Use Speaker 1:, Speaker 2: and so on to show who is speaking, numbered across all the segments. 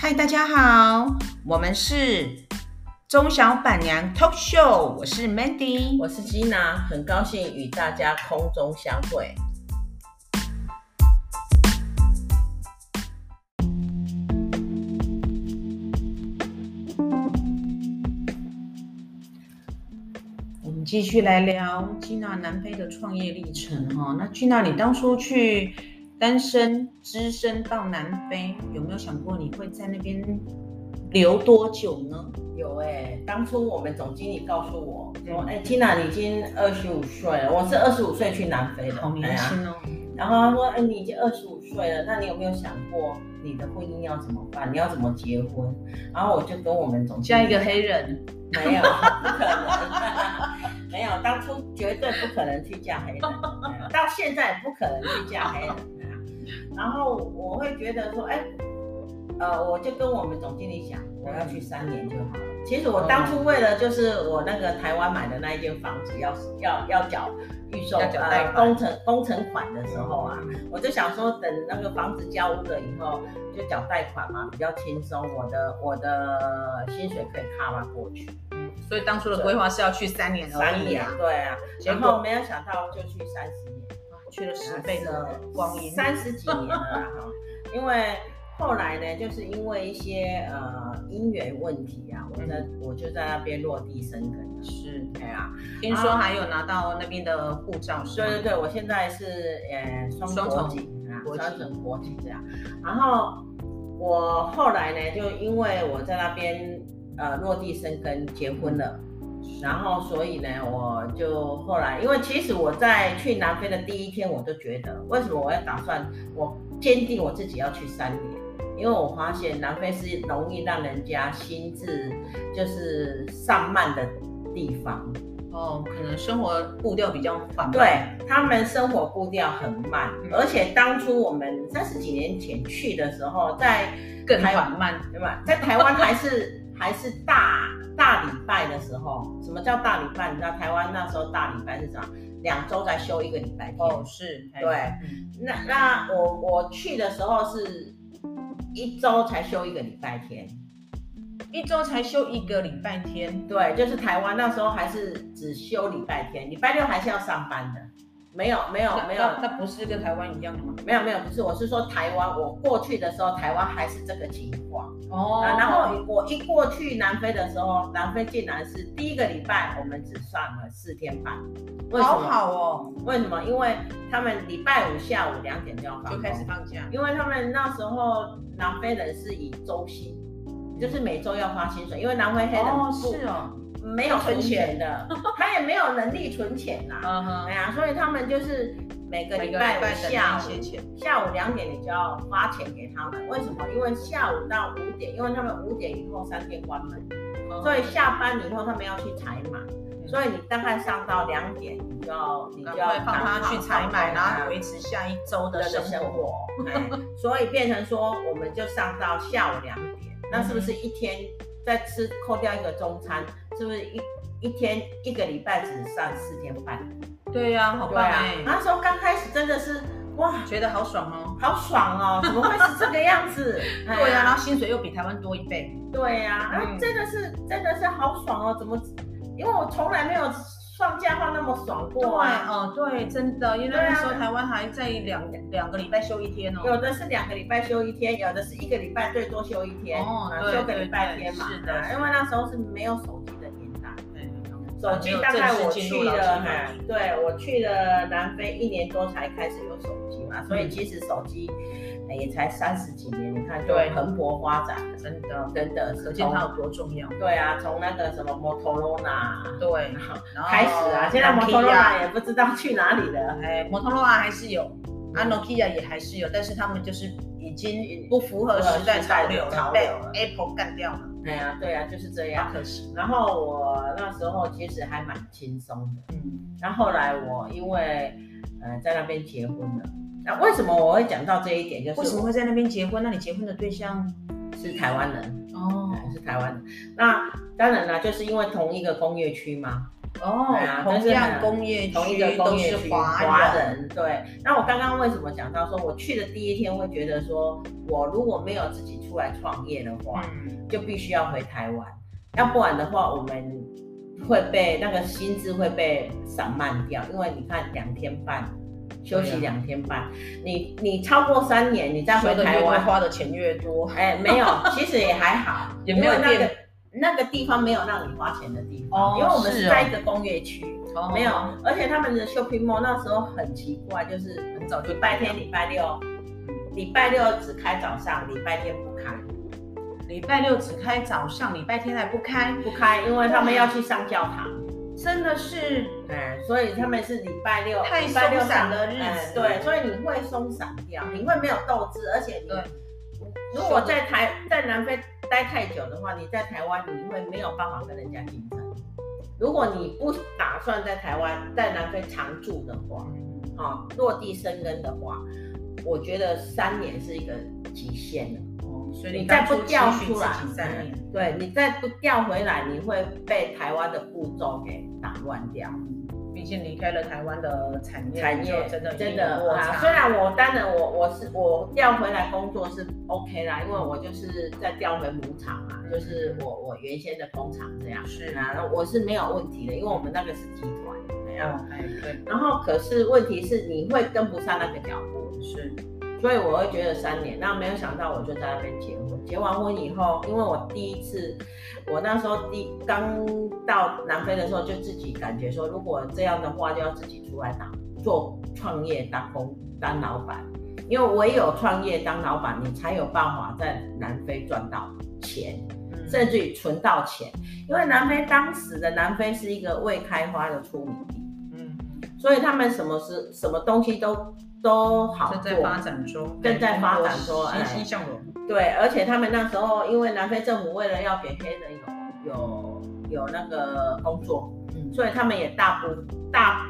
Speaker 1: 嗨，大家好，我们是中小板娘 Talk Show，我是 Mandy。
Speaker 2: 我是吉娜，很高兴与大家空中相会。
Speaker 1: 我们继续来聊吉娜南非的创业历程哈、哦。那吉娜，你当初去单身只身到南非，有没有想过你会在那边留多久呢？
Speaker 2: 有哎、当初我们总经理告诉我说：“哎、缇娜，你已经二十五岁了，我是二十五岁去南非的，
Speaker 1: 好年
Speaker 2: 哎呀
Speaker 1: 轻哦，
Speaker 2: 然后他说：“哎、你已经二十五岁了，那你有没有想过你的婚姻要怎么办？你要怎么结婚？”然后我就跟我们总经
Speaker 1: 加
Speaker 2: 理
Speaker 1: 一个黑人，
Speaker 2: 没有，不可能， 没有，当初绝对不可能去嫁 黑人，到现在也不可能去嫁黑人啊。然后我会觉得说，哎，呃，我就跟我们总经理讲，我要去三年就好了。其实我当初为了就是我那个台湾买的那一间房子要要要缴预售
Speaker 1: 要缴贷
Speaker 2: 呃
Speaker 1: 款
Speaker 2: 工程工程款的时候啊，我就想说等那个房子交屋了以后就缴贷款嘛，比较轻松，我的我的薪水可以 cover 过去。
Speaker 1: 所以当初的规划是要去三年而
Speaker 2: 三
Speaker 1: 已
Speaker 2: 年
Speaker 1: 啊，，
Speaker 2: 对啊，
Speaker 1: 结
Speaker 2: 然
Speaker 1: 果
Speaker 2: 后没有想到就去三十年，
Speaker 1: 哇去了十倍的光阴，
Speaker 2: 三十几年了啦哈。因为后来呢，就是因为一些呃姻缘问题啊，我在
Speaker 1: 嗯
Speaker 2: 我就在那边落地生根了。
Speaker 1: 是。
Speaker 2: 对啊，
Speaker 1: 听说还有拿到那边的护照是
Speaker 2: 对
Speaker 1: 吗？
Speaker 2: 对对，我现在是呃双
Speaker 1: 双重
Speaker 2: 国籍啊，
Speaker 1: 国籍
Speaker 2: 双重国籍这样。然后我后来呢，就因为我在那边呃落地生根，结婚了。然后所以呢，我就后来，因为其实我在去南非的第一天，我就觉得为什么我要打算，我坚定我自己要去三年，因为我发现南非是容易让人家心智就是散漫的地方，
Speaker 1: 哦，可能生活步调比较缓慢。
Speaker 2: 对他们生活步调很慢
Speaker 1: 嗯，
Speaker 2: 而且当初我们三十几年前去的时候，在
Speaker 1: 更缓慢。
Speaker 2: 对吧？在台湾还是 还是大大礼拜的时候，什么叫大礼拜？你知道台湾那时候大礼拜是啥？两周才休一个礼拜天。
Speaker 1: 哦，是，
Speaker 2: 对
Speaker 1: 嗯
Speaker 2: 那那我我去的时候是一周才休一个礼拜天。
Speaker 1: 一周才休一个礼拜天，
Speaker 2: 对，就是台湾那时候还是只休礼拜天，礼拜六还是要上班的。没有没有
Speaker 1: 那
Speaker 2: 哦没有
Speaker 1: 那那不是跟台湾一样的吗？
Speaker 2: 没有没有，不是，我是说台湾，我过去的时候台湾还是这个情况。
Speaker 1: 哦
Speaker 2: 啊，然后我一过去南非的时候，南非竟然是第一个礼拜我们只上了四天班，为什
Speaker 1: 好
Speaker 2: 么？
Speaker 1: 好哦，
Speaker 2: 为什么？因为他们礼拜五下午两点就要放
Speaker 1: 就
Speaker 2: 工
Speaker 1: 开始，放假。
Speaker 2: 因为他们那时候南非人是以周薪，就是每周要发薪水，因为南非黑人不、
Speaker 1: 哦，是哦，
Speaker 2: 没有存钱的，他也没有能力存钱 呐、
Speaker 1: 嗯
Speaker 2: 哎
Speaker 1: 哼，
Speaker 2: 呀，所以他们就是每个
Speaker 1: 每
Speaker 2: 礼
Speaker 1: 个礼拜
Speaker 2: 拜五
Speaker 1: 等那
Speaker 2: 下午
Speaker 1: 些钱，
Speaker 2: 下午两点你就要发钱给他们，为什么？因为下午到五点，因为他们五点以后商店关门，所以下班以后他们要去采买，所
Speaker 1: 以
Speaker 2: 以你大概上到两点，你就要你就
Speaker 1: 赶
Speaker 2: 要
Speaker 1: 快放他去采买，然后维
Speaker 2: 持
Speaker 1: 持下一周
Speaker 2: 的
Speaker 1: 的生
Speaker 2: 生
Speaker 1: 活。
Speaker 2: 活。哎所以变成说，我们就上到下午两点，
Speaker 1: 嗯
Speaker 2: 那是不是一天再吃扣掉一个中餐，是不是一一天一个礼拜只上四天半？
Speaker 1: 对呀，好
Speaker 2: 对
Speaker 1: 棒
Speaker 2: 啊
Speaker 1: 哎，，
Speaker 2: 那时候刚开始真的是哇。
Speaker 1: 觉得好爽哦。
Speaker 2: 好爽 哦！怎么会是这个样子？哎
Speaker 1: 对呀，然后薪水又比台湾多一倍。
Speaker 2: 对呀、啊，
Speaker 1: 嗯
Speaker 2: 真的是真的是好爽哦！怎么？因为我从来没有放假放那么爽
Speaker 1: 对，
Speaker 2: 过啊！
Speaker 1: 哦，对，真的，因为
Speaker 2: 对啊
Speaker 1: 那时候台湾还在两两个礼拜休一天哦。
Speaker 2: 有的是两个礼拜休一天，有的是一个礼拜最多休一天，
Speaker 1: 哦
Speaker 2: 啊
Speaker 1: 对
Speaker 2: 休个礼拜天嘛。
Speaker 1: 对对是的
Speaker 2: 啊因为那时候是没有手机的年代，
Speaker 1: 对
Speaker 2: 手
Speaker 1: 哦
Speaker 2: 机大概我去
Speaker 1: 没有正式进入
Speaker 2: 了，哎
Speaker 1: 劳基法
Speaker 2: 对我去了南非一年多才开始有手机嘛，所
Speaker 1: 嗯
Speaker 2: 以其实手机哎也才三十几年，你看就
Speaker 1: 对
Speaker 2: 蓬勃发展了，
Speaker 1: 真的，
Speaker 2: 真的是
Speaker 1: 可见它
Speaker 2: 从
Speaker 1: 有多重要。
Speaker 2: 对啊，从那个什么 Motorola
Speaker 1: 对，哦然后
Speaker 2: 开始啊，现在 Motorola 也不知道去哪里了。
Speaker 1: 哎，摩托罗拉还是有，啊，Nokia 也还是有，但是他们就是已经不符合时代潮流
Speaker 2: 不符合时代的潮
Speaker 1: 了，被
Speaker 2: 流了
Speaker 1: Apple 干掉了，
Speaker 2: 对啊，对啊，就是这
Speaker 1: 好
Speaker 2: 样。
Speaker 1: 可惜。
Speaker 2: 然后我那时候其实还蛮轻松的，
Speaker 1: 嗯，
Speaker 2: 然后后来我因为呃在那边结婚了。那、为什么我会讲到这一点？就是
Speaker 1: 为什么会在那边结婚？那你结婚的对象？
Speaker 2: 是台湾人？
Speaker 1: 哦
Speaker 2: 是台湾人。那当然啦，就是因为同一个工业区嘛，
Speaker 1: 哦
Speaker 2: 对啊，但
Speaker 1: 同
Speaker 2: 是
Speaker 1: 样
Speaker 2: 呢
Speaker 1: 工业
Speaker 2: 同一个
Speaker 1: 区
Speaker 2: 工
Speaker 1: 都
Speaker 2: 业
Speaker 1: 是
Speaker 2: 区
Speaker 1: 华人，
Speaker 2: 人，对。那我刚刚为什么讲到说，我去的第一天会觉得说，我如果没有自己出来创业的话，
Speaker 1: 嗯，
Speaker 2: 就必须要回台湾，要不然的话，我们会被那个薪资会被散漫掉，因为你看两天半。休息
Speaker 1: 对啊
Speaker 2: 两天半，你你超过三年，你再
Speaker 1: 说
Speaker 2: 回
Speaker 1: 的
Speaker 2: 台
Speaker 1: 越多
Speaker 2: 湾，
Speaker 1: 花的钱越多，
Speaker 2: 哎，没有，其实也还好，
Speaker 1: 也没有
Speaker 2: 因为那个
Speaker 1: 变
Speaker 2: 那个地方没有让你花钱的地方，
Speaker 1: 哦
Speaker 2: 因为我们是
Speaker 1: 是哦
Speaker 2: 在一个工业区，
Speaker 1: 哦
Speaker 2: 没有，而且他们的 shopping mall 那时候很奇怪，就是很早就礼拜天、礼拜六，礼拜六只开早上，礼拜天不开，
Speaker 1: 礼拜六只开早上，礼拜天还不开，
Speaker 2: 不开，因为他们要去上教堂，
Speaker 1: 真的是
Speaker 2: 哎，所以他们是礼拜六，
Speaker 1: 太
Speaker 2: 礼拜六
Speaker 1: 松散的日子
Speaker 2: 哎对，所以你会松散掉，你会没有斗志，而且你
Speaker 1: 对
Speaker 2: 如果在台在南非待太久的话，你在台湾你会没有办法跟人家竞争。如果你不打算在台湾在南非常住的话，啊、落地生根的话，我觉得三年是一个极限了。
Speaker 1: 哦，所以
Speaker 2: 你
Speaker 1: 你
Speaker 2: 再
Speaker 1: 当
Speaker 2: 不
Speaker 1: 初
Speaker 2: 调
Speaker 1: 期许
Speaker 2: 出来
Speaker 1: 自己，三年，
Speaker 2: 对你再不调回来，你会被台湾的步骤给打乱掉。
Speaker 1: 毕竟离开了台湾的产业，
Speaker 2: 产业
Speaker 1: 就真的
Speaker 2: 真
Speaker 1: 有
Speaker 2: 的
Speaker 1: 落
Speaker 2: 啊，
Speaker 1: 差
Speaker 2: 虽然我当然我我是我调回来工作是 OK 啦，因为我就是再调回母厂嘛，就是我我原先的工厂这样
Speaker 1: 嗯是
Speaker 2: 啊，那我是没有问题的，因为我们那个是集团这样。
Speaker 1: 哦，哎对，
Speaker 2: 然后可是问题是你会跟不上那个脚步，
Speaker 1: 是
Speaker 2: 所以我会觉得三年，那没有想到我就在那边结婚。结完婚以后，因为我第一次，我那时候第刚到南非的时候，就自己感觉说，如果这样的话，就要自己出来打做创业、当工、当老板，因为唯有创业当老板，你才有办法在南非赚到钱，
Speaker 1: 嗯
Speaker 2: 甚至于存到钱。因为南非当时的南非是一个未开发的出名地，
Speaker 1: 嗯，
Speaker 2: 所以他们什么是什么东西都都好
Speaker 1: 正
Speaker 2: 做，
Speaker 1: 在发展中，
Speaker 2: 正在发展中
Speaker 1: 哎
Speaker 2: 哎
Speaker 1: 欣欣向荣，
Speaker 2: 对，而且他们那时候因为南非政府为了要给黑人有有有那个工作，
Speaker 1: 嗯，
Speaker 2: 所以他们也大幅大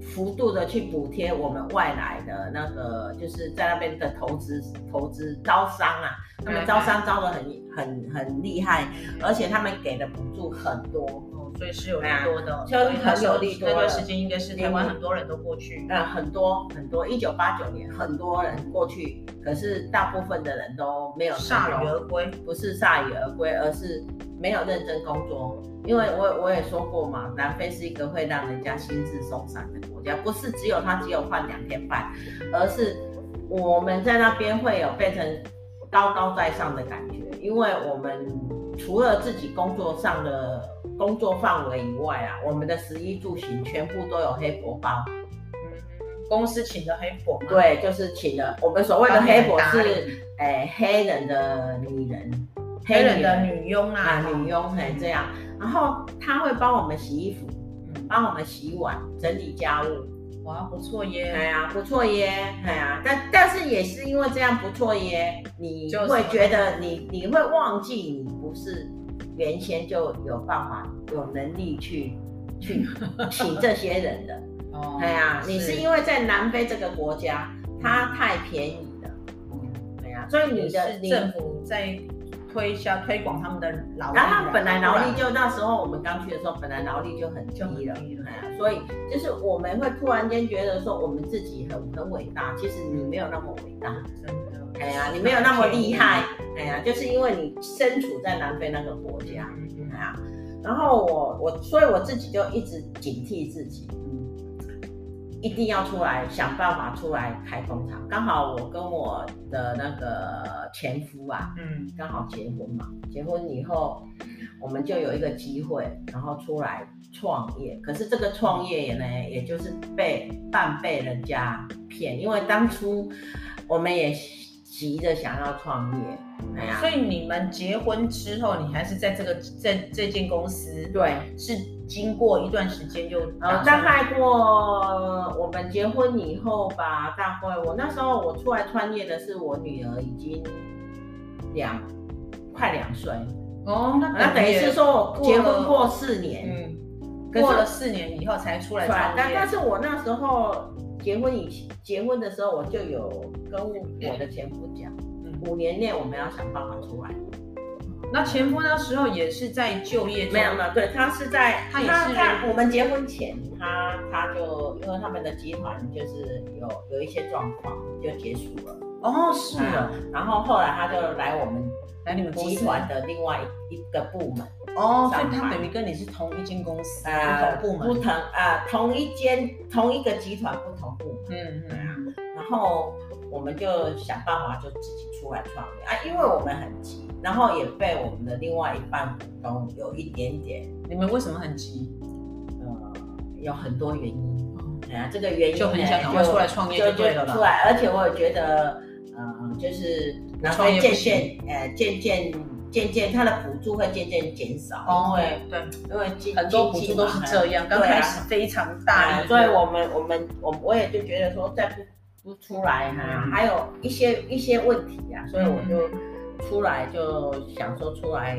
Speaker 2: 幅度的去补贴我们外来的那个就是在那边的投资投资招商啊，他们招商招的很很很厉害，而且他们给的补助很多，
Speaker 1: 嗯哦，所以是有利多的，
Speaker 2: 对啊
Speaker 1: 所以那时候
Speaker 2: 很有利多
Speaker 1: 那段
Speaker 2: 了嗯
Speaker 1: 时间应该是台湾很多人都过去，
Speaker 2: 呃，很多很多，一九八九年很多人过去，可是大部分的人都没有
Speaker 1: 铩
Speaker 2: 能
Speaker 1: 羽
Speaker 2: 够
Speaker 1: 而归，嗯
Speaker 2: 不是铩羽而归，而是没有认真工作。因为我我也说过嘛，南非是一个会让人家心智松散的国家，不是只有他只有放两天半，而是我们在那边会有变成高高在上的感觉，因为我们除了自己工作上的工作范围以外啊，我们的食衣住行全部都有黑婆包。
Speaker 1: 嗯，公司请的黑婆嘛，
Speaker 2: 对，就是请了我们所谓的
Speaker 1: 帮你
Speaker 2: 黑
Speaker 1: 们
Speaker 2: 婆
Speaker 1: 打
Speaker 2: 是
Speaker 1: 理，
Speaker 2: 哎、黑人的女人，
Speaker 1: 黑人的女佣
Speaker 2: 啊
Speaker 1: 啦，，
Speaker 2: 女佣才这样。然后她会帮我们洗衣服，
Speaker 1: 嗯
Speaker 2: 帮我们洗碗、整理家务。
Speaker 1: 哇，不错
Speaker 2: 哎
Speaker 1: 耶，
Speaker 2: 呀，不错耶！哎呀，但但是也是因为这样不错耶，你
Speaker 1: 就
Speaker 2: 会
Speaker 1: 是
Speaker 2: 觉得你你会忘记你不是原先就有办法、有能力去 去请这些人的。
Speaker 1: 哦
Speaker 2: 哎呀，你是因为在南非这个国家，它太便宜了。哎呀，所以你
Speaker 1: 也
Speaker 2: 的
Speaker 1: 是
Speaker 2: 你
Speaker 1: 政府在推销推广他们的劳力啊，
Speaker 2: 然后他们本来劳力
Speaker 1: 不
Speaker 2: 就那时候我们刚去的时候，本来劳力就很低
Speaker 1: 就很
Speaker 2: 了，
Speaker 1: 低了
Speaker 2: 哎呀所以就是我们会突然间觉得说我们自己很很伟大，其实你没有那么伟大，
Speaker 1: 然真的，啊
Speaker 2: 哎呀，你没有那么厉 害，哎呀，就是因为你身处在南非那个国家，
Speaker 1: 嗯，嗯
Speaker 2: 哎呀，然后我我所以我自己就一直警惕自己，
Speaker 1: 嗯
Speaker 2: 一定要出来想办法出来开工厂。刚好我跟我的那个前夫啊，
Speaker 1: 嗯
Speaker 2: 刚好结婚嘛，结婚以后我们就有一个机会，然后出来创业。可是这个创业呢，也就是被半被人家骗，因为当初我们也急着想要创业，哎呀，
Speaker 1: 所以你们结婚之后，你还是在这个这这间公司，，
Speaker 2: 对。
Speaker 1: 是经过一段时间就打
Speaker 2: 呃，大
Speaker 1: 算，
Speaker 2: 概过我们结婚以后吧，大概我那时候我出来创业的是我女儿已经两快两岁，
Speaker 1: 哦，那
Speaker 2: 那等于是，说我结婚过四年，
Speaker 1: 嗯，
Speaker 2: 可是
Speaker 1: 过了四年以后才出来
Speaker 2: 对啊
Speaker 1: 创
Speaker 2: 但
Speaker 1: 业，
Speaker 2: 但是我那时候结婚以前结婚的时候，我就有跟我的前夫讲，
Speaker 1: 嗯
Speaker 2: 五年内我们要想办法出来。
Speaker 1: 那前夫那时候也是在就业中，
Speaker 2: 没有没有，对他是在
Speaker 1: 他也是
Speaker 2: 他我们结婚前，他他就因为他们的集团就是有有一些状况就结束了，
Speaker 1: 哦，是啊，
Speaker 2: 然后后来他就来我们
Speaker 1: 来你们公
Speaker 2: 集
Speaker 1: 司
Speaker 2: 团的另外一一个部门，
Speaker 1: 哦，所
Speaker 2: 上
Speaker 1: 以他
Speaker 2: 班
Speaker 1: 等于跟你是同一间公司，
Speaker 2: 呃，
Speaker 1: 同部
Speaker 2: 不
Speaker 1: 门，
Speaker 2: 同啊、同一间同一个集团不同部门，
Speaker 1: 嗯
Speaker 2: 啊
Speaker 1: 嗯
Speaker 2: 然后我们就想办法就自己出来创业啊，因为我们很急，然后也被我们的另外一半股东有一点点。
Speaker 1: 嗯，你们为什么很急？
Speaker 2: 呃，有很多原因。哎呀、这个原因
Speaker 1: 哦就很
Speaker 2: 呢
Speaker 1: 想赶快
Speaker 2: 就
Speaker 1: 出来创业就对了啦
Speaker 2: 出来，而且我也觉得，呃，就是然后
Speaker 1: 创业不
Speaker 2: 渐渐，呃，渐渐渐渐，它的补助会渐渐减少，
Speaker 1: 对对，
Speaker 2: 因为因为经
Speaker 1: 哦很多补助都是这样，
Speaker 2: 样。对
Speaker 1: 刚
Speaker 2: 啊
Speaker 1: 开始非常大
Speaker 2: 啊，
Speaker 1: 力度，
Speaker 2: 所以我们我们我我也就觉得说，再不不出来哈、
Speaker 1: 嗯
Speaker 2: 还有一些一些问题啊，所以我就出来就想说出来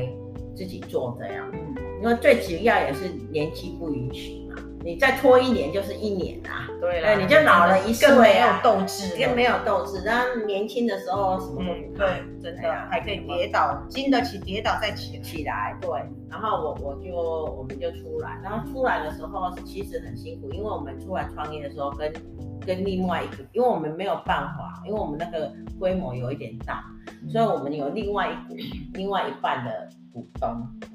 Speaker 2: 自己做这样。
Speaker 1: 嗯
Speaker 2: 因为最主要也是年纪不允许嘛，你再拖一年就是一年啊，
Speaker 1: 对
Speaker 2: 对你就老了一岁啊
Speaker 1: 更没有斗志
Speaker 2: 因为
Speaker 1: 了，
Speaker 2: 没有斗志。然后年轻的时候什么都
Speaker 1: 嗯
Speaker 2: 不，怕
Speaker 1: 对，真
Speaker 2: 哎
Speaker 1: 的
Speaker 2: 呀
Speaker 1: 还可以跌倒，经得起跌倒再起来，
Speaker 2: 起来，对。然后我我就我们就出来，然后出来的时候其实很辛苦，因为我们出来创业的时候跟跟另外一个，因为我们没有办法，因为我们那个规模有一点大，
Speaker 1: 嗯
Speaker 2: 所以
Speaker 1: 哦
Speaker 2: 我们有另外一股另外一半的股东，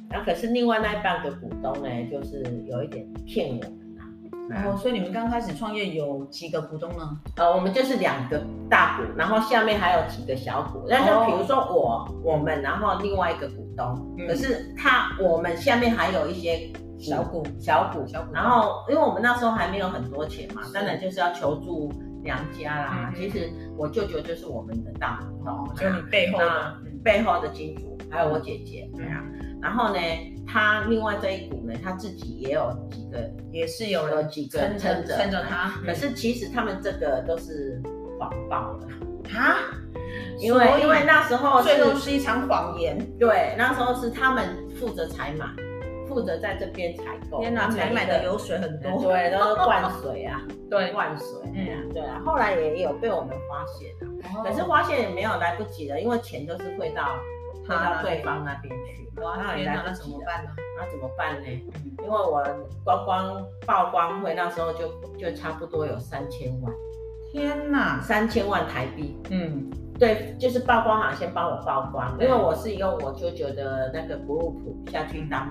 Speaker 2: 然后可是另外那一半的股东呢，就是有一点骗我们啊。
Speaker 1: 哦，所以你们刚开始创业有几个股东呢？
Speaker 2: 呃，我们就是两个大股，然后下面还有几个小股。但
Speaker 1: 哦
Speaker 2: 是比如说我、我们，然后另外一个股东，
Speaker 1: 嗯
Speaker 2: 可是他我们下面还有一些
Speaker 1: 小股
Speaker 2: 小股
Speaker 1: 小股
Speaker 2: 然后因为我们那时候还没有很多钱嘛
Speaker 1: 是，
Speaker 2: 当然就是要求助娘家啦
Speaker 1: 嗯。嗯
Speaker 2: 其实我舅舅就是我们的大股东，
Speaker 1: 就你嗯背后的，嗯
Speaker 2: 背后的金主，还有我姐姐。对啊。然后呢，他另外这一股呢，他自己也有几个，
Speaker 1: 也是有
Speaker 2: 有
Speaker 1: 人
Speaker 2: 几个嗯
Speaker 1: 撑着撑着他，
Speaker 2: 可是其实他们这个都是谎报了，
Speaker 1: 啊，
Speaker 2: 因为
Speaker 1: 所以
Speaker 2: 因为那时候
Speaker 1: 最后是
Speaker 2: 是
Speaker 1: 一场谎言。
Speaker 2: 对那时候是他们负责采买，负责在这边采购，
Speaker 1: 天哪，
Speaker 2: 他们
Speaker 1: 采买
Speaker 2: 一个
Speaker 1: 的流水很多。
Speaker 2: 对，都是灌水 啊，
Speaker 1: 对
Speaker 2: 灌水，
Speaker 1: 嗯哦
Speaker 2: 嗯啊，对啊，后来也有被我们发现啊，可是发现也没有来不及了，因为钱都是汇到汇
Speaker 1: 他
Speaker 2: 到
Speaker 1: 那
Speaker 2: 对方那边去嘛，
Speaker 1: 哇，
Speaker 2: 那也
Speaker 1: 天哪，
Speaker 2: 来不
Speaker 1: 那怎
Speaker 2: 及
Speaker 1: 么
Speaker 2: 了，
Speaker 1: 办嗯呢？
Speaker 2: 那怎么办呢？因为我观光曝光会那时候就就差不多有三千万，
Speaker 1: 天哪，
Speaker 2: 三千万台币，
Speaker 1: 嗯，
Speaker 2: 对，就是曝光行先帮我曝光，
Speaker 1: 对嗯
Speaker 2: 因为我是用我舅舅的那个 group 下去当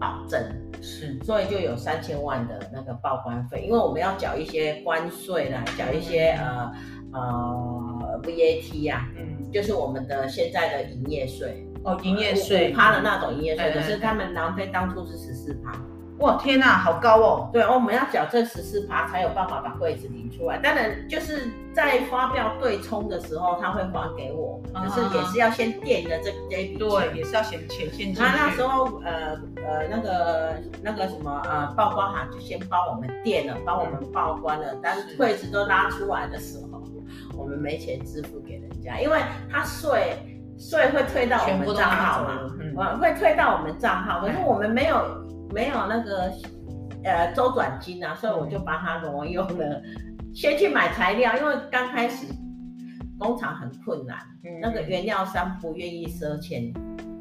Speaker 2: 保证，
Speaker 1: 是，
Speaker 2: 所以就有三千万的那个曝光费，因为我们要缴一些关税啦，缴一些呃呃 VAT 呀、
Speaker 1: 嗯，
Speaker 2: 就是我们的现在的营业税，
Speaker 1: 哦，营业税
Speaker 2: 趴的那种营业税，
Speaker 1: 对对
Speaker 2: 可是
Speaker 1: 对
Speaker 2: 他们南非当初是十四趴，
Speaker 1: 哇，天哪，好高哦。
Speaker 2: 对，我们要缴这十四趴才有办法把柜子领出来。当然，就是在发票对冲的时候，他会还给我，可是也是要先垫了这这一笔
Speaker 1: 嗯对，
Speaker 2: 钱。
Speaker 1: 也是要先钱现金。
Speaker 2: 那那时候，呃呃，那个那个什么，呃，曝光行就先帮我们垫了，帮我们报关了。当
Speaker 1: 是
Speaker 2: 柜子都拉出来的时候，我们没钱支付给人家，因为他税税会退到我
Speaker 1: 全部
Speaker 2: 们
Speaker 1: 都
Speaker 2: 账
Speaker 1: 拿
Speaker 2: 号
Speaker 1: 走
Speaker 2: 嘛。
Speaker 1: 了。嗯，
Speaker 2: 呃我会退到我们账号，可是我们没有没有那个呃周转金啊，所以我就把它挪用了，先去买材料，因为刚开始工厂很困难，
Speaker 1: 嗯
Speaker 2: 那个原料商不愿意赊钱，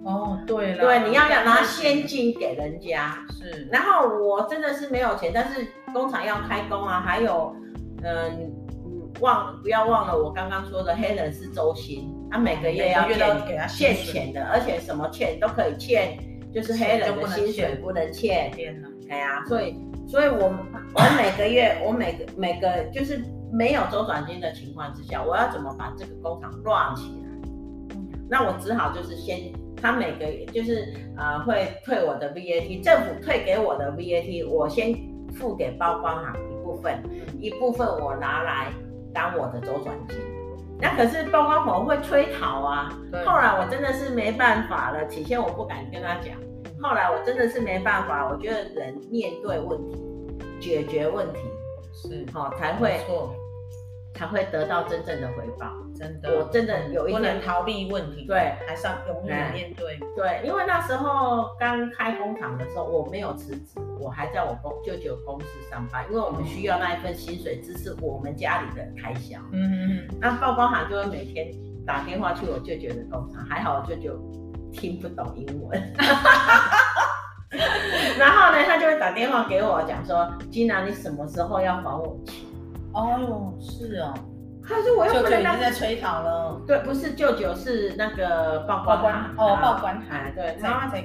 Speaker 1: 哦，对了，啊
Speaker 2: 对，你要要拿现金给人家。
Speaker 1: 是，
Speaker 2: 然后我真的是没有钱，但是工厂要开工啊，还有嗯。嗯忘不要忘了，我刚刚说的黑人是周薪，他、每个月要
Speaker 1: 每个月都要给他薪
Speaker 2: 欠
Speaker 1: 水
Speaker 2: 钱的，而且什么欠都可以欠，就是黑人的薪水不能欠。
Speaker 1: 天哪，
Speaker 2: 哎呀，所以所以我我每个月我每个每个就是没有周转金的情况之下，我要怎么把这个工厂乱起来
Speaker 1: 嗯？
Speaker 2: 那我只好就是先，他每个月就是呃会退我的 VAT，政府退给我的 VAT，我先付给包光行一部分，
Speaker 1: 嗯
Speaker 2: 一部分我拿来当我的周转金。那可是包光行会催讨啊，
Speaker 1: 对
Speaker 2: 后来我真的是没办法了，起先我不敢跟他讲，后来我真的是没办法，我觉得人面对问题、解决问题，
Speaker 1: 是
Speaker 2: 好、才会
Speaker 1: 没错，
Speaker 2: 才会得到真正的回报。
Speaker 1: 真的，嗯
Speaker 2: 我真的有一
Speaker 1: 不能
Speaker 2: 天，
Speaker 1: 逃避问题，
Speaker 2: 对哎
Speaker 1: 还是要勇敢面对。
Speaker 2: 对，因为那时候刚开工厂的时候，我没有辞职，我还在我公舅舅公司上班，因为我们需要那一份薪水支持我们家里的开销。
Speaker 1: 嗯嗯嗯，
Speaker 2: 哦那曝光行就会每天打电话去我舅舅的工厂，还好我舅舅听不懂英文。 然后呢，他就会打电话给我，讲说：“金娜，你什么时候要还我钱
Speaker 3: 哦哟，是哦，？”
Speaker 2: 他说：“哎我又
Speaker 3: 舅
Speaker 2: 不
Speaker 3: 舅已经
Speaker 2: 能拿。
Speaker 3: 在催讨了，”
Speaker 2: 对，不是舅舅，是那个报
Speaker 3: 报
Speaker 2: 关
Speaker 3: 关
Speaker 2: 函
Speaker 3: 哦，
Speaker 2: 啊
Speaker 3: 报
Speaker 1: 嗯
Speaker 3: 关
Speaker 2: 哎
Speaker 3: 函，
Speaker 2: 对，然
Speaker 3: 才
Speaker 2: 后
Speaker 3: 才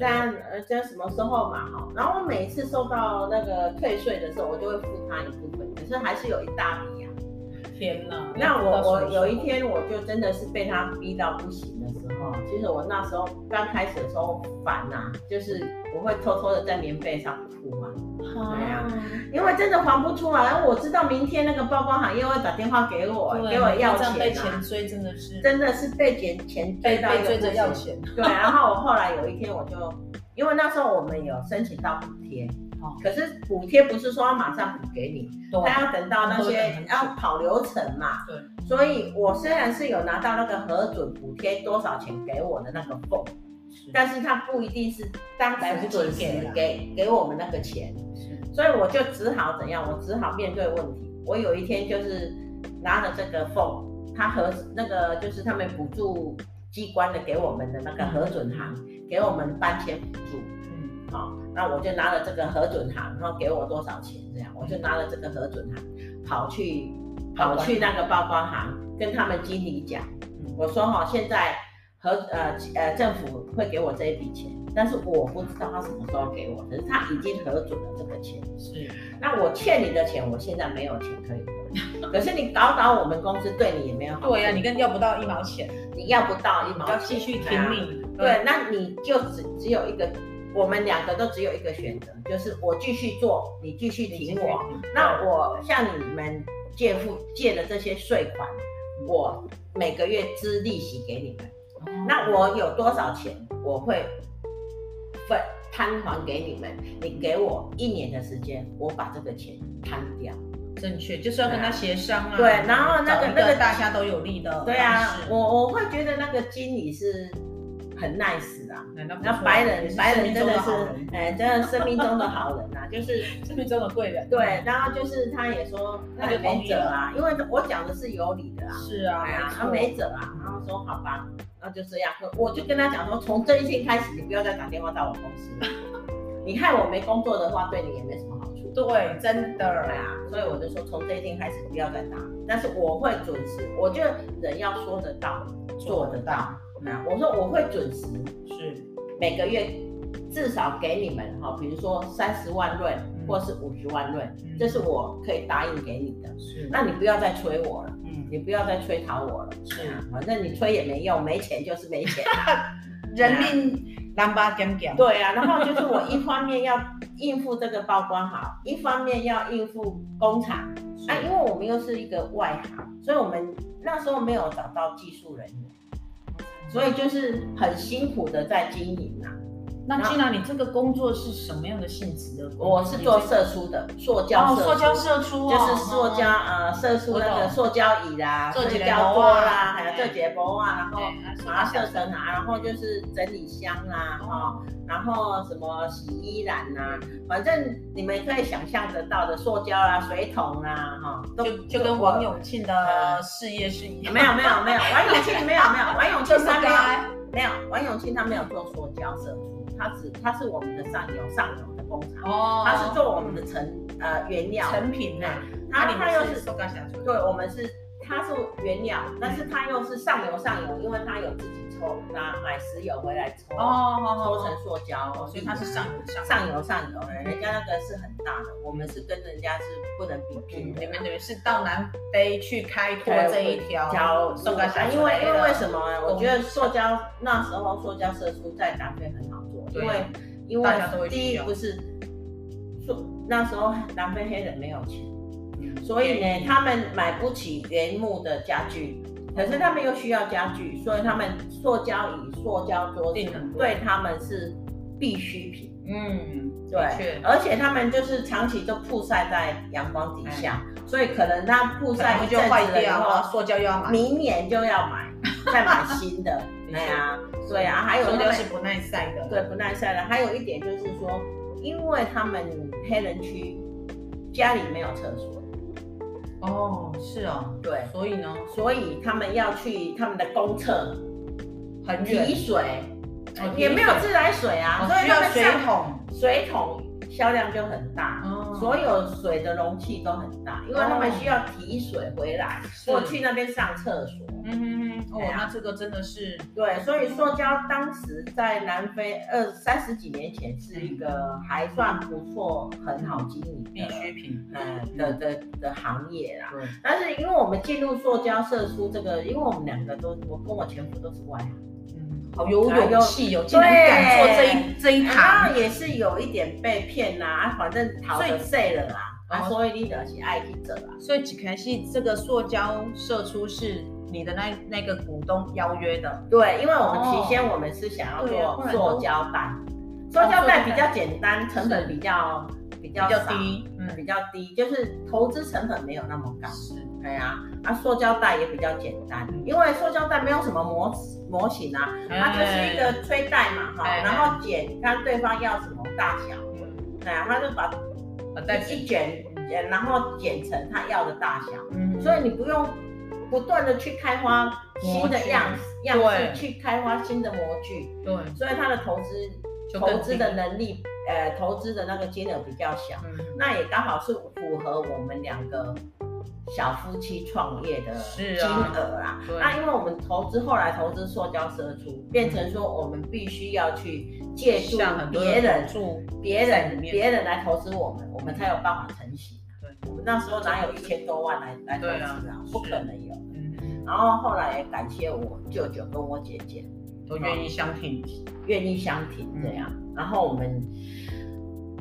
Speaker 2: 但呃，这什么时候嘛？哈，然后我每次收到那个退税的时候，我就会付他一部分，可是还是有一大笔啊。
Speaker 3: 天哪！
Speaker 2: 那我
Speaker 3: 到
Speaker 2: 我
Speaker 3: 什么时候
Speaker 2: 有一，天我就真的是被他逼到不行的时候，其实我那时候刚开始的时候烦呐、就是我会偷偷的在棉被上哭嘛，对啊因为真的还不出来，我知道明天那个曝光行业会打电话给我，
Speaker 3: 对
Speaker 2: 给我要
Speaker 3: 这样被
Speaker 2: 钱、
Speaker 3: 钱
Speaker 2: 啊，
Speaker 3: 追真的是
Speaker 2: 真的是被钱钱追
Speaker 3: 被
Speaker 2: 到
Speaker 3: 被追着要
Speaker 2: 钱。
Speaker 3: 钱，
Speaker 2: 对，然后我后来有一天我就，因为那时候我们有申请到补贴，
Speaker 3: 哦
Speaker 2: 可是补贴不是说要马上补给你，
Speaker 3: 对
Speaker 2: 他要等到那
Speaker 3: 都等
Speaker 2: 些
Speaker 3: 哦很久
Speaker 2: 要跑流程嘛。
Speaker 3: 对，
Speaker 2: 所以我虽然是有拿到那个核准补贴多少钱给我的那个俸，但是他不一定是当
Speaker 3: 来嗯不及
Speaker 2: 时准时
Speaker 3: 给啦
Speaker 2: 给给我们那个钱，
Speaker 3: 是
Speaker 2: 所以我就只好怎样，我只好面对问题。我有一天就是拿了这个俸，他核那个就是他们补助机关的给我们的那个核准函，给我们搬迁补助，
Speaker 3: 嗯，
Speaker 2: 好、那我就拿了这个核准函，然后给我多少钱这样，我就拿了这个核准函跑去跑去那个报关行跟他们经理讲，
Speaker 3: 嗯
Speaker 2: 我说哈、现在和呃呃政府会给我这一笔钱，但是我不知道他什么时候给我，可是他已经核准了这个钱。
Speaker 3: 是
Speaker 2: 那我欠你的钱，我现在没有钱可以还，可 是你搞倒我们公司对啊你也没有好处。
Speaker 3: 对呀，你跟要不到一毛钱，
Speaker 2: 你要不到一毛
Speaker 3: 要继
Speaker 2: 钱，
Speaker 3: 续
Speaker 2: 对
Speaker 3: 听
Speaker 2: 啊。
Speaker 3: 命，
Speaker 2: 对，那你就只只有一个，我们两个都只有一个选择，就是我继续做，你继续
Speaker 3: 你继
Speaker 2: 挺
Speaker 3: 续
Speaker 2: 我。
Speaker 3: 听
Speaker 2: 那我向你们借付借的这些税款，我每个月支利息给你们。
Speaker 1: 哦
Speaker 2: 那我有多少钱，我会分摊还给你们。你给我一年的时间，我把这个钱摊掉。
Speaker 1: 正确就是要跟他协商啊。
Speaker 2: 对，然后那
Speaker 1: 找
Speaker 2: 个
Speaker 1: 一
Speaker 2: 那个
Speaker 1: 大家都有利的。
Speaker 2: 对啊，我我会觉得那个经理是很 nice 啊。
Speaker 3: 难道
Speaker 2: 那白人白人真的是
Speaker 3: 生，
Speaker 2: 哎，真的生命中的好人啊，就是
Speaker 3: 命中的贵人？
Speaker 2: 对，，然后就是他也说
Speaker 3: 他
Speaker 2: 那
Speaker 3: 就
Speaker 2: 也
Speaker 3: 同
Speaker 2: 没
Speaker 3: 意
Speaker 2: 辙啊，因为我讲的是有理的啊，
Speaker 3: 是啊，
Speaker 2: 哎呀，
Speaker 3: 错
Speaker 2: 他没辙啊，然后说好吧，那就这样，我就跟他讲说，从这一天开始，你不要再打电话到我公司了， 你害我没工作的话，对你也没什么好处。
Speaker 3: 对，真
Speaker 1: 哎
Speaker 2: 对
Speaker 3: 的，
Speaker 2: 啊，所以我就说从这一天开始不要再打，但是我会准时，我觉得人要说得到，做得到。那我说我会准时，
Speaker 3: 是
Speaker 2: 每个月至少给你们哈，比如说三十万润
Speaker 3: 嗯
Speaker 2: 或是五十万润，
Speaker 3: 嗯
Speaker 2: 这是我可以答应给你的。
Speaker 3: 是，
Speaker 2: 那你不要再催我了，
Speaker 3: 嗯，
Speaker 2: 你不要再催讨我了，
Speaker 3: 是
Speaker 2: 啊反正你催也没用，没钱就是没 钱。
Speaker 1: 人命蓝巴点点。
Speaker 2: 对啊，然后就是我一方面要应付这个曝光好，一方面要应付工厂啊，因为我们又是一个外行，所以我们那时候没有找到技术人员，所以就是很辛苦的在经营啊。
Speaker 1: 那既然你这个工作是什么样的性质的工作？
Speaker 2: 我是做射出的，塑胶
Speaker 1: 哦，
Speaker 2: 射出，
Speaker 1: 塑胶射出哦，
Speaker 2: 就是塑胶呃射出那
Speaker 1: 我
Speaker 2: 个
Speaker 1: 懂
Speaker 2: 塑胶椅啦、
Speaker 1: 做
Speaker 2: 塑
Speaker 1: 几个
Speaker 2: 胶
Speaker 1: 膜
Speaker 2: 桌
Speaker 1: 啊
Speaker 2: 啦，还有
Speaker 1: 对
Speaker 2: 这节包啊，然后
Speaker 1: 对。啊是
Speaker 2: 把它
Speaker 1: 吧
Speaker 2: 射成啊，然后就是整理箱啦、
Speaker 1: 哦
Speaker 2: 哈、然后什么洗衣篮呐、反正你们可以想象得到的，塑胶啦、水桶啦、哈、都嗯
Speaker 1: 就就跟王永庆的事业是一样。
Speaker 2: 没有没有没有，王永庆没有 没有，王永
Speaker 1: 就
Speaker 2: 庆
Speaker 1: 是
Speaker 2: 他没有
Speaker 1: 该
Speaker 2: 没有，王永庆他没有做塑胶射出，他只他是我们的上游上游的工厂，
Speaker 1: 哦，嗯
Speaker 2: 他是做我们的成呃原料，
Speaker 1: 成品呐，
Speaker 2: 他
Speaker 1: 那你
Speaker 2: 他又
Speaker 1: 们
Speaker 2: 是
Speaker 1: 塑胶侠出
Speaker 2: 对，我们是它是原料，但是它又是上游上游，因为它有自己抽，拿买石油回来抽，
Speaker 1: 哦，好好
Speaker 2: 抽
Speaker 1: 好，
Speaker 2: 成塑胶，
Speaker 1: 所以他是上游上
Speaker 2: 上游上游，人家那个是很大的，我们是跟人家是不能比拼
Speaker 1: 嗯，
Speaker 2: 的
Speaker 1: 你。们等于是到南非去开拓这一条
Speaker 2: 胶
Speaker 1: 送给小
Speaker 2: 啊
Speaker 1: 孩的
Speaker 2: 因为因为为什么呢？我觉得塑胶那时候塑胶射出在南非很好做，
Speaker 1: 对
Speaker 2: 因为因
Speaker 1: 大家都
Speaker 2: 为
Speaker 1: 会
Speaker 2: 第
Speaker 1: 需
Speaker 2: 一
Speaker 1: 要
Speaker 2: 不是塑那时候南非黑人没有钱，
Speaker 1: 嗯
Speaker 2: 所以
Speaker 1: 便宜
Speaker 2: 呢，他们买不起原木的家具，可是他们又需要家具，所以他们塑胶椅、塑胶桌子
Speaker 1: 定很多
Speaker 2: 对他们是必需品。
Speaker 1: 嗯，
Speaker 2: 对
Speaker 1: 的确，
Speaker 2: 而且他们就是长期都曝晒在阳光底下，所以可能它曝
Speaker 1: 哎可
Speaker 2: 晒
Speaker 1: 能
Speaker 2: 一
Speaker 1: 就
Speaker 2: 阵
Speaker 1: 坏
Speaker 2: 子了以
Speaker 1: 掉啊，
Speaker 2: 后，
Speaker 1: 塑胶又要买，
Speaker 2: 明年就要买，再买 新的。
Speaker 1: 的确
Speaker 2: 对啊，对啊，还有
Speaker 1: 塑
Speaker 2: 他
Speaker 1: 胶
Speaker 2: 们
Speaker 1: 是不耐晒的，
Speaker 2: 对，不耐晒了。还有一点就是说，因为他们黑人区家里没有厕所，
Speaker 1: 哦，是哦，
Speaker 2: 对，
Speaker 1: 所以呢，
Speaker 2: 所以他们要去他们的公厕
Speaker 1: 很
Speaker 2: 提
Speaker 1: 远，
Speaker 2: 水，
Speaker 3: 哦
Speaker 2: 也没有自来水啊，所以
Speaker 1: 哦需
Speaker 2: 他
Speaker 1: 要
Speaker 2: 们
Speaker 1: 水
Speaker 2: 上
Speaker 1: 桶，
Speaker 2: 水桶销量就很大，
Speaker 1: 哦
Speaker 2: 所有水的容器都很大，因为他们需要提水回来
Speaker 1: 哦是
Speaker 2: 或去那边上厕所。
Speaker 1: 嗯嗯嗯，哦
Speaker 2: 对，啊
Speaker 1: 那这个真的是
Speaker 2: 对，所以塑胶当时在南非二三十几年前是一个还算不错、很好经营
Speaker 1: 必
Speaker 2: 的，
Speaker 1: 需品，
Speaker 2: 嗯的的的行业啦。
Speaker 1: 对，
Speaker 2: 但是因为我们进入塑胶社出这个，因为我们两个都，我跟我前夫都是外行，
Speaker 1: 嗯，好有啊
Speaker 2: 还有
Speaker 1: 勇气哦，竟然敢做这一这一
Speaker 2: 当
Speaker 1: 堂，
Speaker 2: 然也是有一点被骗啦，啊，反正逃
Speaker 1: 所以
Speaker 2: 得碎了啦，啊，
Speaker 1: 哦
Speaker 2: 所以你就是爱啊去做啦。
Speaker 1: 所以几开始这个塑胶射出是你的那那个股东邀约的，
Speaker 2: 对，因为我们
Speaker 1: 哦
Speaker 2: 起先我们是想要
Speaker 1: 对啊不
Speaker 2: 做
Speaker 1: 然
Speaker 2: 塑
Speaker 1: 都
Speaker 2: 胶袋，
Speaker 1: 哦
Speaker 2: 塑胶袋
Speaker 1: 塑胶袋
Speaker 2: 比较简单，成本比较比
Speaker 1: 比
Speaker 2: 较
Speaker 1: 较
Speaker 2: 少
Speaker 1: 低，嗯，
Speaker 2: 比较低，就是投资成本没有那么高。
Speaker 1: 是，
Speaker 2: 对啊，啊，塑胶袋也比较简单，
Speaker 1: 嗯
Speaker 2: 因为塑胶袋没有什么模模型啊，它就是一个吹带嘛，哈，
Speaker 1: 哎
Speaker 2: 然后剪，看对方要什么大小，对啊，他就把
Speaker 1: 呃，但
Speaker 2: 一卷，呃然后剪成他要的大小，
Speaker 1: 嗯
Speaker 2: 所以你不用不断的去开发新的样式样
Speaker 1: 对
Speaker 2: 式，去开发新的模具，
Speaker 1: 对，
Speaker 2: 所以他的投资
Speaker 1: 就更
Speaker 2: 投资
Speaker 1: 低
Speaker 2: 的能力，呃，投资的那个金额比较小。
Speaker 1: 嗯，
Speaker 2: 那也刚好是符合我们两个小夫妻创业的
Speaker 1: 是
Speaker 2: 金
Speaker 1: 啊
Speaker 2: 额啦。
Speaker 1: 对
Speaker 2: 那因为我们投资后来投资塑胶社畜，变成说我们必须要去借助
Speaker 1: 像很多
Speaker 2: 别人、
Speaker 1: 住，
Speaker 2: 别
Speaker 1: 在里
Speaker 2: 人、
Speaker 1: 面
Speaker 2: 别人来投资我们，我们才有办法成型。
Speaker 1: 对，
Speaker 2: 我们那时候哪有一千多万来来投
Speaker 1: 对啊
Speaker 2: 资啊？不可
Speaker 1: 是
Speaker 2: 能有。
Speaker 1: 嗯，
Speaker 2: 然后后来也感谢我舅舅跟我姐姐
Speaker 1: 都愿意相挺，
Speaker 2: 愿意相挺这样，
Speaker 1: 嗯
Speaker 2: 然后我们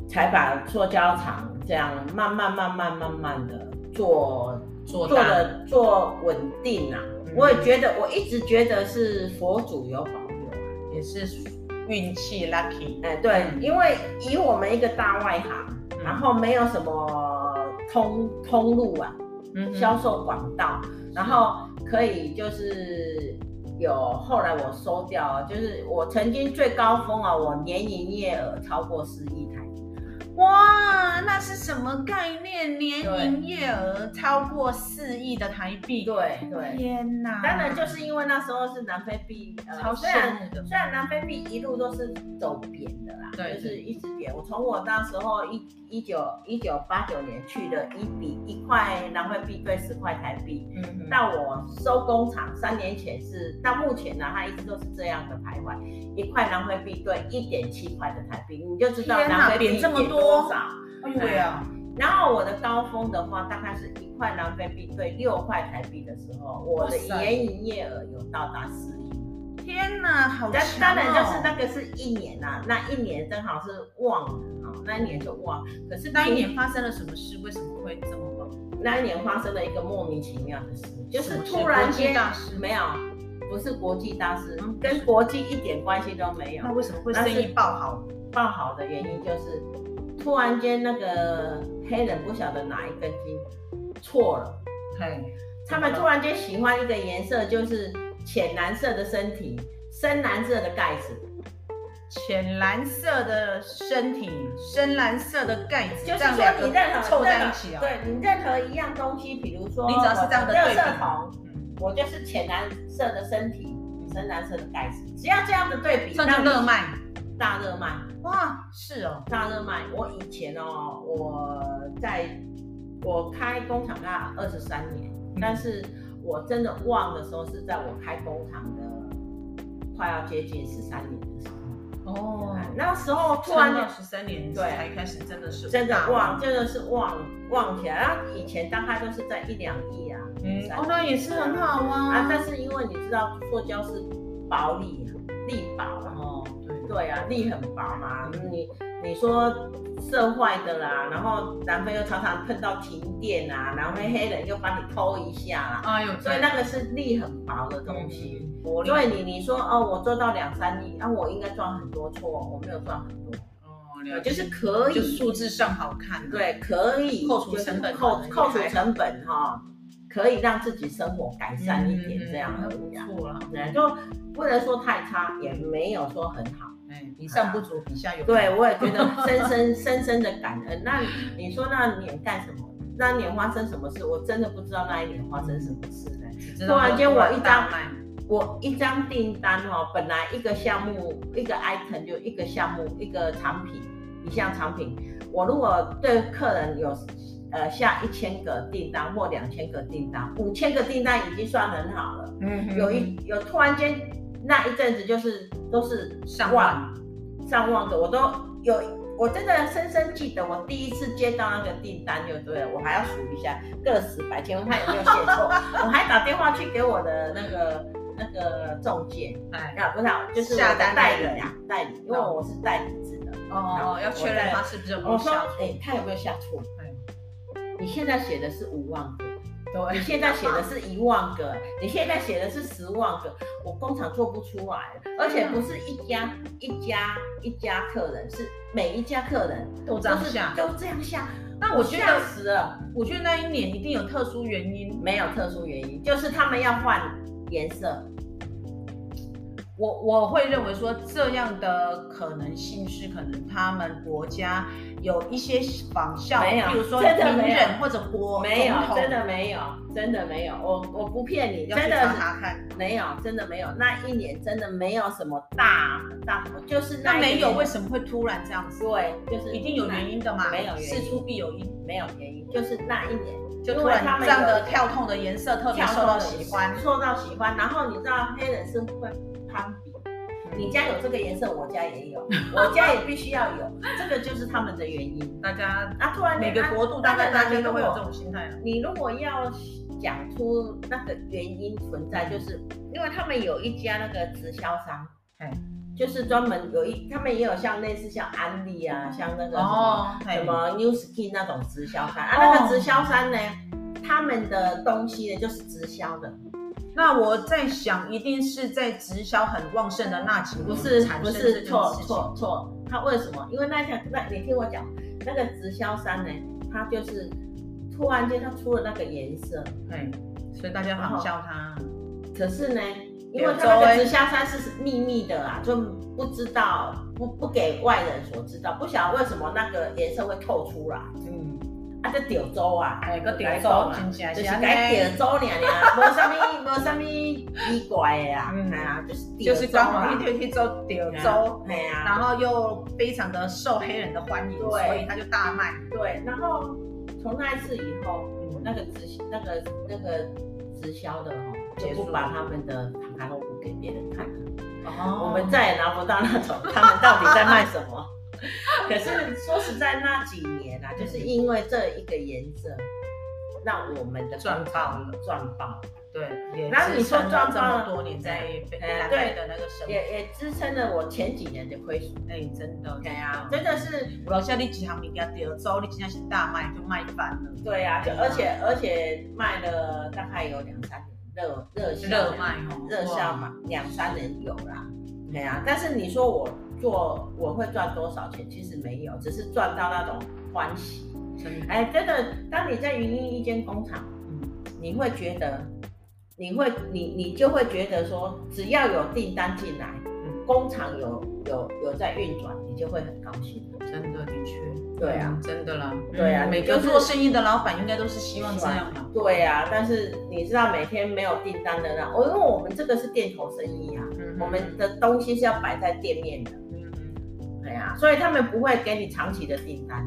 Speaker 2: 才把塑胶厂这样慢慢慢慢慢慢的做
Speaker 1: 做
Speaker 2: 做
Speaker 1: 大
Speaker 2: 的做稳定啊。
Speaker 1: 嗯
Speaker 2: 我也觉得，我一直觉得是佛祖有保佑。
Speaker 1: 也是运气 lucky，
Speaker 2: 哎，对，
Speaker 1: 嗯
Speaker 2: 因为以我们一个大外行，
Speaker 1: 嗯
Speaker 2: 然后没有什么通通路啊，
Speaker 1: 嗯
Speaker 2: 销售管道，然后可以就是有后来我收掉啊，就是我曾经最高峰啊，我年营业额超过十亿台币，
Speaker 1: 哇，那是什么概念？年
Speaker 2: 对
Speaker 1: 营业额超过四亿的台币，
Speaker 2: 对对。
Speaker 1: 天哪！
Speaker 2: 当然，就是因为那时候是南非币，
Speaker 1: 超
Speaker 2: 呃，虽
Speaker 1: 羡
Speaker 2: 然
Speaker 1: 慕的，
Speaker 2: 虽然南非币一路都是走贬的啦，
Speaker 1: 对
Speaker 2: 就是一直贬。我从我那时候一一九一九八九年去的，一比一块南非币兑十块台币，
Speaker 1: 嗯
Speaker 2: 到我收工厂三年前是到目前呢、它一直都是这样的徘徊，一块南非币兑一点七块的台币，你就知道
Speaker 1: 天哪
Speaker 2: 南非币
Speaker 1: 贬这么
Speaker 2: 贬
Speaker 1: 多
Speaker 2: 少。
Speaker 1: 哎呦喂啊，
Speaker 2: 然后我的高峰的话，大概是一块南非币兑六块台币的时候，我的
Speaker 1: 哇塞
Speaker 2: 年营业额有到达四亿。
Speaker 1: 天哪，好
Speaker 2: 但
Speaker 1: 强哦！
Speaker 2: 当然就是那个是一年呐、那一年正好是旺啊，那一年就旺。可是
Speaker 1: 那一年发生了什么事？为什么会这么猛？
Speaker 2: 那一年发生了一个莫名其妙的事，就是
Speaker 1: 什么事
Speaker 2: 突然
Speaker 1: 国际
Speaker 2: 间
Speaker 1: 大事
Speaker 2: 没有，不是国际大事，
Speaker 1: 嗯
Speaker 2: 跟国际一点关系都没有
Speaker 1: 那。为什么会
Speaker 2: 那
Speaker 1: 生
Speaker 2: 是
Speaker 1: 意爆好？
Speaker 2: 爆好的原因就是，突然间那个黑人不晓得哪一根筋错了，
Speaker 1: 嘿，
Speaker 2: 他
Speaker 1: 嗯
Speaker 2: 们突然间喜欢一个颜色，就是浅蓝色的身体，深蓝色的盖子，
Speaker 1: 浅蓝色的身体，深蓝色的盖子，
Speaker 2: 就是
Speaker 1: 这样
Speaker 2: 说
Speaker 1: 两个
Speaker 2: 你任何
Speaker 1: 凑在一起啊、
Speaker 2: 任何对你任何一样东西，比如说
Speaker 1: 哦你只要是这样的
Speaker 2: 我
Speaker 1: 对
Speaker 2: 热
Speaker 1: 比
Speaker 2: 色桶，
Speaker 1: 嗯，
Speaker 2: 我就是浅蓝色的身体，深蓝色的盖子，只要这样的对比，
Speaker 1: 这样就热卖。
Speaker 2: 大热卖，
Speaker 1: 哇，是哦，
Speaker 2: 大热卖。我以前哦，我在我开工厂大概二十三年，
Speaker 1: 嗯
Speaker 2: 但是我真的旺的时候是在我开工厂的快要接近十三年的时候，哎
Speaker 1: 哦
Speaker 2: 那时候突然间
Speaker 1: 十三年
Speaker 2: 对
Speaker 1: 才开始，真的是
Speaker 2: 真的
Speaker 1: 大
Speaker 2: 旺，，真的是旺旺起来。然后以前大概都是在一两亿啊，
Speaker 1: 嗯，
Speaker 2: 三
Speaker 1: 哦，那也是很好啊。
Speaker 2: 啊，但是因为你知道塑胶是薄利啊，利薄啊，
Speaker 1: 哦，对，
Speaker 2: 对啊，利很薄嘛。嗯你你说社坏的啦，然后男朋友常常碰到停电啊，然后黑人又把你偷一下啦，哦
Speaker 1: 哎呦，
Speaker 2: 所以那个是利很薄的东西。
Speaker 1: 嗯，薄利
Speaker 2: 所以你你说哦，我做到两三亿，那、啊我应该赚很多，错，我没有赚很多，
Speaker 1: 哦，
Speaker 2: 我
Speaker 1: 了
Speaker 2: 就
Speaker 1: 解
Speaker 2: 是可以
Speaker 1: 就数字上好看，，啊
Speaker 2: 对，可以
Speaker 1: 扣除成本
Speaker 2: 就是扣
Speaker 1: 可能也
Speaker 2: 扣除
Speaker 1: 还好
Speaker 2: 成本哈、可以让自己生活改善
Speaker 1: 嗯
Speaker 2: 一点这样
Speaker 1: 还
Speaker 2: 而
Speaker 1: 不
Speaker 2: 已啊。
Speaker 1: 错啦。
Speaker 2: 对，就不能说太差，也没有说很好。
Speaker 1: 哎，比上不足，比下有。
Speaker 2: 对，我也觉得深深深深的感恩。那你说那年干什么？那年发生什么事？我真的不知道那一年发生什么事呢、
Speaker 1: 只知
Speaker 2: 突
Speaker 1: 道
Speaker 2: 然间我一
Speaker 1: 大
Speaker 2: 张
Speaker 1: 卖，
Speaker 2: 我一张订单哦，本来一个项目一个 item 就一个项目一个产品一项产品，我如果对客人有呃下一千个订单或两千个订单，五千个订单已经算很好了。
Speaker 3: 嗯
Speaker 2: 有一有突然间那一阵子就是都是
Speaker 1: 上
Speaker 2: 万上万个，我都有，我真的深深记得我第一次接到那个订单就对了，我还要数一下个十百千万，看有没有 写错，我还打电话去给我的那个那个中介，
Speaker 1: 哎，
Speaker 2: 啊不是啊就是
Speaker 1: 下
Speaker 2: 我的
Speaker 1: 单
Speaker 2: 代
Speaker 1: 的人
Speaker 2: 理啊代理，因为我是代理制的，
Speaker 1: 哦，要确认哦他是不是有
Speaker 2: 我说
Speaker 1: 效。
Speaker 2: 哎、看有没有下错
Speaker 1: 哎，
Speaker 2: 你现在写的是五万个。你
Speaker 3: 对，
Speaker 2: 现在写的是一万个，你现在写的是十万个，我工厂做不出来，而且不是一家一家一家客人，是每一家客人
Speaker 1: 都这
Speaker 2: 都
Speaker 1: 样
Speaker 2: 是
Speaker 1: 下
Speaker 2: 都这样下，
Speaker 1: 那我觉
Speaker 2: 吓
Speaker 1: 得，
Speaker 2: 死了，
Speaker 1: 我觉得那一年一定有特殊原因。
Speaker 2: 没有特殊原因，就是他们要换颜色，
Speaker 1: 我我会认为说这样的可能性是可能他们国家有一些仿效，
Speaker 2: 没有
Speaker 1: 比如说
Speaker 2: 真的
Speaker 1: 名
Speaker 2: 没有
Speaker 1: 人或者国
Speaker 2: 没有
Speaker 1: 总，统
Speaker 2: 真的没有，真的没有，我我不骗你，
Speaker 1: 要去
Speaker 2: 真
Speaker 1: 查
Speaker 2: 的
Speaker 1: 查看。
Speaker 2: 没有，真的没有，那一年真的没有什么大大，就是
Speaker 1: 那没有，为
Speaker 2: 什
Speaker 1: 什么会突然这样子？
Speaker 2: 对，就是
Speaker 1: 一定有原因的嘛，
Speaker 2: 没有原因
Speaker 1: 事出必有因，
Speaker 2: 没有原因，就是那一年。
Speaker 1: 就
Speaker 2: 因
Speaker 1: 突
Speaker 2: 为
Speaker 1: 然
Speaker 2: 他
Speaker 1: 这
Speaker 2: 们
Speaker 1: 样的
Speaker 2: 有
Speaker 1: 跳痛的颜色特别
Speaker 2: 跳
Speaker 1: 受到喜欢。
Speaker 2: 受到喜欢。然后你知道黑人是会攀比，你家有这个颜色，我家也有，我 家也必须要有，这个就是他们的原因。
Speaker 1: 大家
Speaker 2: 啊，突然
Speaker 1: 每
Speaker 2: 间
Speaker 1: 个
Speaker 2: 啊
Speaker 1: 国度大概大家都会有这。
Speaker 2: 当然啦
Speaker 1: 种心态了。啊
Speaker 2: 你如果你如果要讲出那个原因存在，就是因为他们有一家那个直销商
Speaker 1: 哎，
Speaker 2: 就是专门有一，他们也有像类似像安利啊，像那个什么
Speaker 1: 哦，
Speaker 2: 什
Speaker 1: 嘿
Speaker 2: 么 New Skin 那种直销衫啊，那
Speaker 1: 哦
Speaker 2: 个直销衫呢，他们的东西呢就是直销的，
Speaker 1: 那我在想，一定是在直销很旺盛的那几年
Speaker 2: 不是
Speaker 1: 嗯产
Speaker 2: 不
Speaker 1: 生这
Speaker 2: 是
Speaker 1: 件
Speaker 2: 错
Speaker 1: 事情。
Speaker 2: 错错，他为什么？因为那条那你听我讲，那个直销衫呢，它就是突然间它出了那个颜色，
Speaker 1: 对，所以大家仿效它。
Speaker 2: 可是呢，因
Speaker 1: 有
Speaker 2: 为它
Speaker 1: 周
Speaker 2: 那
Speaker 1: 围
Speaker 2: 个直销衫是秘密的啊，就不知道不不给外人所知道，不晓得为什么那个颜色会透出来，
Speaker 1: 嗯，
Speaker 2: 啊，这柳州啊，
Speaker 1: 哎，个点
Speaker 2: 来
Speaker 1: 收
Speaker 2: 讲啊
Speaker 1: 真正
Speaker 2: 就是是
Speaker 1: 安
Speaker 2: 改
Speaker 1: 尼，
Speaker 2: 点州尔尔，无啥物 无啥物奇怪的啦，
Speaker 1: 嗯
Speaker 2: 哎呀，就是啊
Speaker 1: 就是
Speaker 2: 刚
Speaker 1: 刚好一对去走点州，
Speaker 2: 哎呀，
Speaker 1: 然后又非常的受黑人的欢迎，
Speaker 2: 对
Speaker 1: 所以它就大卖。
Speaker 2: 对，然后从那一次以后，那个直那个那个直销的哦，就
Speaker 1: 结束
Speaker 2: 不把他们的卡通布给别人看了，
Speaker 1: 哦
Speaker 2: 我们再也拿不到那种他们到底在卖什么。 可是说实在，那几年啊，就是因为这一个颜色，让我们的
Speaker 1: 赚爆
Speaker 2: 工厂
Speaker 1: 了，
Speaker 2: 赚爆了，
Speaker 1: 对，也
Speaker 2: 然后你
Speaker 1: 支撑了
Speaker 2: 说赚
Speaker 1: 这么
Speaker 2: 爆
Speaker 1: 多年在北
Speaker 2: 哎
Speaker 1: 南
Speaker 2: 对
Speaker 1: 非的那个生活
Speaker 2: 也，也支撑了我前几年的亏损。
Speaker 1: 哎，真的，
Speaker 2: 对啊，真的是
Speaker 1: 我楼下你几行物件掉走，你真的是大卖就卖翻了。
Speaker 2: 对啊，就
Speaker 1: 对啊
Speaker 2: 而且而且卖了大概有两三年，热热销
Speaker 1: 热卖哦
Speaker 2: 热销嘛，两三年有啦。对啊，但是你说我做我会赚多少钱？其实没有，只是赚到那种欢喜。
Speaker 1: 真的，
Speaker 2: 哎，真的，当你在云林一间工厂，
Speaker 1: 嗯，
Speaker 2: 你会觉得，你会你你就会觉得说，只要有订单进来，
Speaker 1: 嗯
Speaker 2: 工厂有有有在运转，你就会很高兴。
Speaker 1: 真的的确，嗯
Speaker 2: 对啊，
Speaker 1: 真的啦，
Speaker 2: 对啊
Speaker 1: 嗯
Speaker 2: 你
Speaker 1: 每
Speaker 2: 就
Speaker 1: 个
Speaker 2: 是
Speaker 1: 做生意的老板应该都是希望这样嘛。
Speaker 2: 对呀、但是你知道每天没有订单的那，我哦因为我们这个是店头生意啊，
Speaker 1: 嗯
Speaker 2: 我们的东西是要摆在店面的，
Speaker 1: 嗯
Speaker 2: 对呀、所以他们不会给你长期的订单，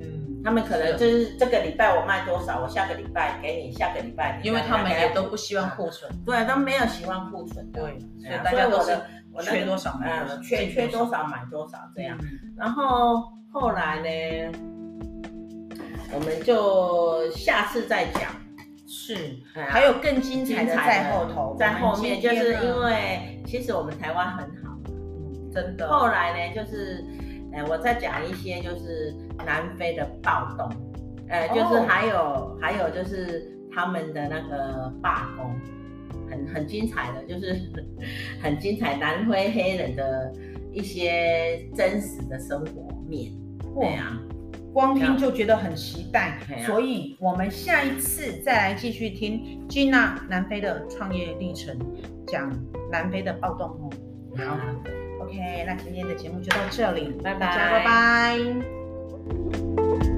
Speaker 1: 嗯，
Speaker 2: 他们可能
Speaker 1: 是
Speaker 2: 就是这个礼拜我卖多少，我下个礼拜给你，下个啊礼拜
Speaker 1: 因为他们也都不希望库存，
Speaker 2: 对都没有喜欢库存的，
Speaker 1: 嗯对，所
Speaker 2: 哎
Speaker 1: 以
Speaker 2: 呀
Speaker 1: 大家都
Speaker 2: 所以
Speaker 1: 是
Speaker 2: 我那个
Speaker 1: 缺多少买多
Speaker 2: 呃
Speaker 1: 少，
Speaker 2: 缺缺多
Speaker 1: 少啊嗯
Speaker 2: 少嗯买多少
Speaker 1: 这
Speaker 2: 这样
Speaker 1: 样。。
Speaker 2: 然后后来呢，我们就下次再讲，
Speaker 1: 是，
Speaker 2: 哎呀
Speaker 1: 还有更精彩的
Speaker 2: 精彩的
Speaker 1: 在后头，
Speaker 2: 在后面
Speaker 1: 我
Speaker 2: 就
Speaker 1: 们今
Speaker 2: 是
Speaker 1: 天呢
Speaker 2: 因为其实我们台湾很好，
Speaker 1: 嗯真的
Speaker 2: 后来呢就是，呃，我再讲一些就是南非的暴动，呃，就是
Speaker 1: 哦
Speaker 2: 还有、还有就是他们的那个罢工，很很精彩的，就是 很精彩南非黑人的一些真实的生活面，对
Speaker 1: 哇
Speaker 2: 啊，
Speaker 1: 光听就觉得很期待
Speaker 2: 对，啊
Speaker 1: 所以我们下一次再来继续听 Gina 南非的创业历程，讲南非的暴动哦。好，OK，那今天的节目就到这里，
Speaker 2: 拜拜
Speaker 1: 大家拜拜。